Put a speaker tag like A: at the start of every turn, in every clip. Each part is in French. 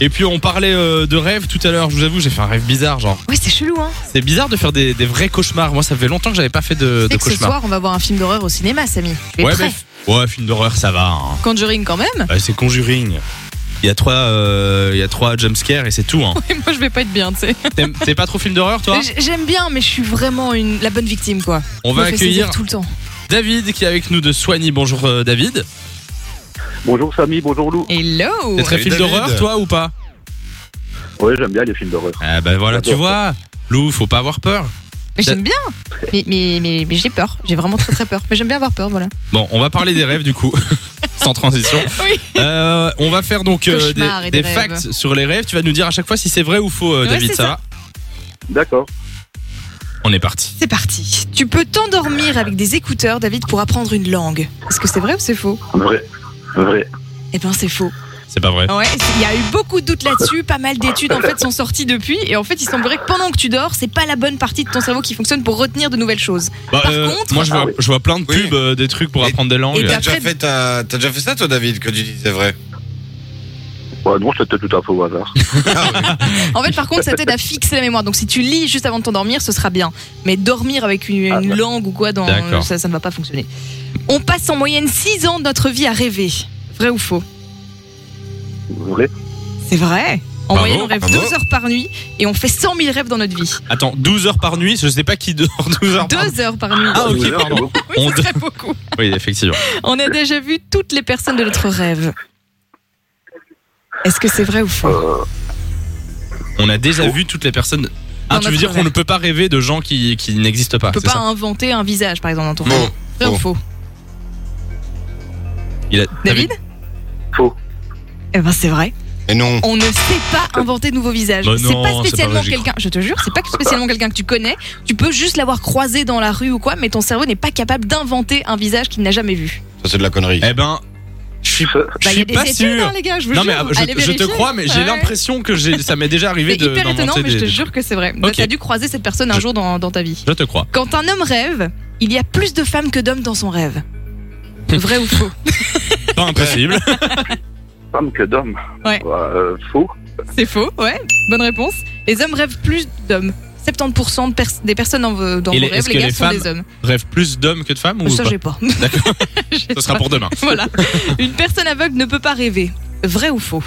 A: Et puis on parlait euh, de rêve tout à l'heure, je vous avoue, j'ai fait un rêve bizarre, genre.
B: Ouais, c'est chelou, hein.
A: C'est bizarre de faire des, des vrais cauchemars. Moi, ça fait longtemps que j'avais pas fait Euh, de, de
B: Dès que ce
A: cauchemars.
B: soir, on va voir un film d'horreur au cinéma, Samy. Tu es
A: ouais,
B: prêt
A: mais- ouais, film d'horreur, ça va. hein.
B: Conjuring quand même.
A: Ouais, c'est Conjuring. Il y a trois, euh, il y a trois jumpscares et c'est tout. Hein.
B: Et moi, je vais pas être bien, tu sais.
A: T'aimes- T'es pas trop film d'horreur, toi
B: J- J'aime bien, mais je suis vraiment une... la bonne victime, quoi.
A: On
B: Je
A: va
B: me fais saisir
A: accueillir
B: tout le temps.
A: David qui est avec nous de Soigny. Bonjour euh, David.
C: Bonjour Samy, bonjour Lou.
B: Hello.
A: T'es très
D: Salut,
A: film
D: David.
A: d'horreur, toi ou pas
C: Ouais, j'aime bien les films d'horreur.
A: Ah ben voilà, tu vois. Lou, faut pas avoir peur.
B: Mais J'aime bien. Mais, mais, mais, mais j'ai peur. J'ai vraiment très très peur. Mais j'aime bien avoir peur, voilà.
A: Bon, on va parler des rêves du coup, sans transition.
B: Oui.
A: Euh, on va faire donc euh, des,
B: Cauchemar et
A: des
B: des rêves.
A: facts sur les rêves. Tu vas nous dire à chaque fois si c'est vrai ou faux, euh,
B: Ouais,
A: David.
B: c'est
A: Ça,
B: ça.
A: va
C: D'accord.
A: On est parti.
B: C'est parti. Tu peux t'endormir avec des écouteurs, David, pour apprendre une langue. Est-ce que c'est vrai ou c'est faux
C: Vrai. Vrai.
B: Eh ben, c'est faux.
A: C'est pas vrai.
B: Ouais, il y a eu beaucoup de doutes là-dessus, pas mal d'études en fait sont sorties depuis, et en fait il semblerait que pendant que tu dors, c'est pas la bonne partie de ton cerveau qui fonctionne pour retenir de nouvelles choses.
A: Bah,
B: Par contre-
A: moi, je vois,
C: Ah oui.
A: je vois plein de
D: Oui.
A: pubs, euh, des trucs pour
D: Et-
A: apprendre des langues.
B: et
D: T'as
B: Après-
D: déjà, fait ta- t'as déjà fait ça, toi, David, que tu disais vrai
C: Ouais, non, c'était tout à fait au hasard.
B: En fait par contre ça t'aide à fixer la mémoire, donc si tu lis juste avant de t'endormir ce sera bien, mais dormir avec une,
C: Ah,
B: une
C: bah.
B: langue ou quoi dans,
A: D'accord.
B: ça, ça ne va pas fonctionner. On passe en moyenne 6 ans de notre vie à rêver, vrai ou faux
C: Vrai.
B: C'est vrai
A: Bravo, Ah,
B: en moyenne, on rêve
D: bravo.
B: 2 heures par nuit et on fait 100 000 rêves dans notre vie.
A: Attends, 12 heures par nuit, je sais pas qui dort 12 heures par nuit.
B: 2 heures par nuit.
A: Ah, ok,
C: Vous avez
A: pardon.
C: beaucoup.
B: Oui,
A: on
B: ça serait beaucoup.
A: Oui, effectivement.
B: On a déjà vu toutes les personnes de notre rêve. Est-ce que c'est vrai ou faux
C: Euh,
A: On a
D: Oh.
A: déjà vu toutes les personnes. Ah,
B: Dans
A: tu veux
B: notre
A: dire qu'on
B: rêve.
A: ne peut pas rêver de gens qui, qui n'existent pas,
B: Tu peux
A: c'est
B: pas
A: ça
B: inventer un visage, par exemple, dans ton rêve.
D: Non.
B: Vrai ou faux
A: Il a-
B: hein. David
C: Faux.
B: Eh ben c'est vrai.
D: Mais non.
B: On ne sait pas inventer de nouveaux visages.
A: Bah
B: c'est
A: non, c'est
B: pas
A: pas
B: spécialement
A: logique. Bah.
B: quelqu'un. Je te jure, c'est pas spécialement quelqu'un que tu connais. Tu peux juste l'avoir croisé dans la rue ou quoi, mais ton cerveau n'est pas capable d'inventer un visage qu'il n'a jamais vu.
D: Ça, c'est de la connerie.
A: Eh ben, je suis je
B: Bah, il y
A: suis
B: a des
A: pas
B: études,
A: sûr.
B: hein, les gars. Je vous
A: Non mais
B: jure.
A: ah, je,
B: Allez
A: je te
B: vérifier.
A: crois, mais j'ai
B: Ouais.
A: l'impression que j'ai- ça m'est déjà arrivé
B: C'est
A: de
B: hyper étonnant,
A: d'inventer
B: mais je te
A: des-
B: jure que c'est vrai. Bah,
A: Ok.
B: T'as dû croiser cette personne un
A: Je-
B: jour dans- dans ta vie.
A: Je te crois.
B: Quand un homme rêve, il y a plus de femmes que d'hommes dans son rêve.
A: Hmm.
B: Vrai ou faux
A: Pas impossible.
C: femme que d'homme.
B: Ouais.
C: euh, faux.
B: C'est faux, ouais. Bonne réponse. Les hommes rêvent plus d'hommes. 70% de pers- des personnes en- euh, dans
A: Et
B: mon
A: les-
B: rêve,
A: est-ce
B: les
A: que
B: gars,
A: les
B: sont des
A: femmes
B: hommes.
A: Rêve plus d'hommes que de femmes ou
B: Ça,
A: pas
B: j'ai pas.
A: D'accord.
B: J'ai
A: Ce sera
B: pas.
A: pour demain.
B: Voilà. Une personne aveugle ne peut pas rêver. Vrai ou faux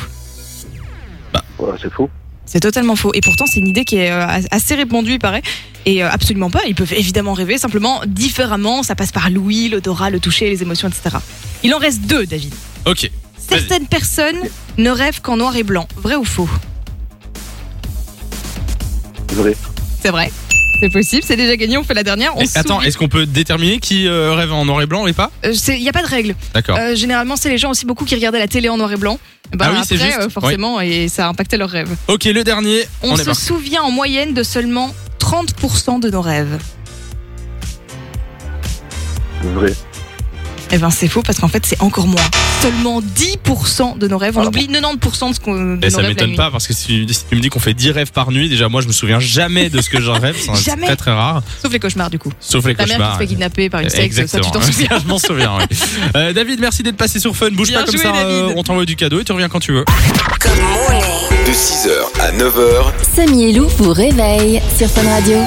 C: Ouais, c'est faux.
B: C'est totalement faux. Et pourtant, c'est une idée qui est euh, assez répandue, il paraît. Et euh, absolument pas. Ils peuvent évidemment rêver, simplement différemment. Ça passe par l'ouïe, l'odorat, le toucher, les émotions, etc. Il en reste deux, David.
A: Ok. Vas-y.
B: Certaines personnes ne rêvent qu'en noir et blanc. Vrai ou faux
C: Vrai.
B: C'est vrai. C'est possible, c'est déjà gagné, on fait la dernière. On
A: Et
B: se
A: attends,
B: souvient-
A: est-ce qu'on peut déterminer qui euh, rêve en noir et blanc et pas
B: Euh, c'est- il n'y a pas de règle.
A: D'accord.
B: Euh, généralement, c'est les gens aussi beaucoup qui regardaient la télé en noir et blanc. Bah,
A: Ah oui, c'est
B: après,
A: juste.
B: euh,
A: Oui.
B: forcément, et ça impactait leurs rêves.
A: Ok, le dernier.
B: On,
A: On, est
B: se
A: parti.
B: souvient en moyenne de seulement 30% de nos rêves.
C: Vrai.
B: Eh ben, c'est faux parce qu'en fait, c'est encore moins. Seulement 10% de nos rêves. On
C: Ah bon
B: oublie 90% de ce qu'on. de
A: Et
B: nos
A: Eh, ça
B: rêves la
A: m'étonne
B: nuit.
A: pas parce que si tu, si tu me dis qu'on fait 10 rêves par nuit, déjà moi je me souviens jamais de ce que j'en rêve, c'est un- c'est
B: Jamais.
A: très très rare,
B: Sauf les cauchemars, du coup.
A: sauf les
B: Ta mère qui se
A: cauchemars. eh,
B: fait kidnapper par une sexe, ça,
A: Exactement.
B: tu t'en souviens.
A: je m'en souviens. oui. Euh, David, merci d'être passé sur Fun. Bouge
B: Bien
A: pas comme
B: joué,
A: ça,
B: David.
A: euh, on t'envoie du cadeau et tu reviens quand tu veux.
E: De 6h à 9h,
F: Samy et Lou vous réveille sur Fun Radio.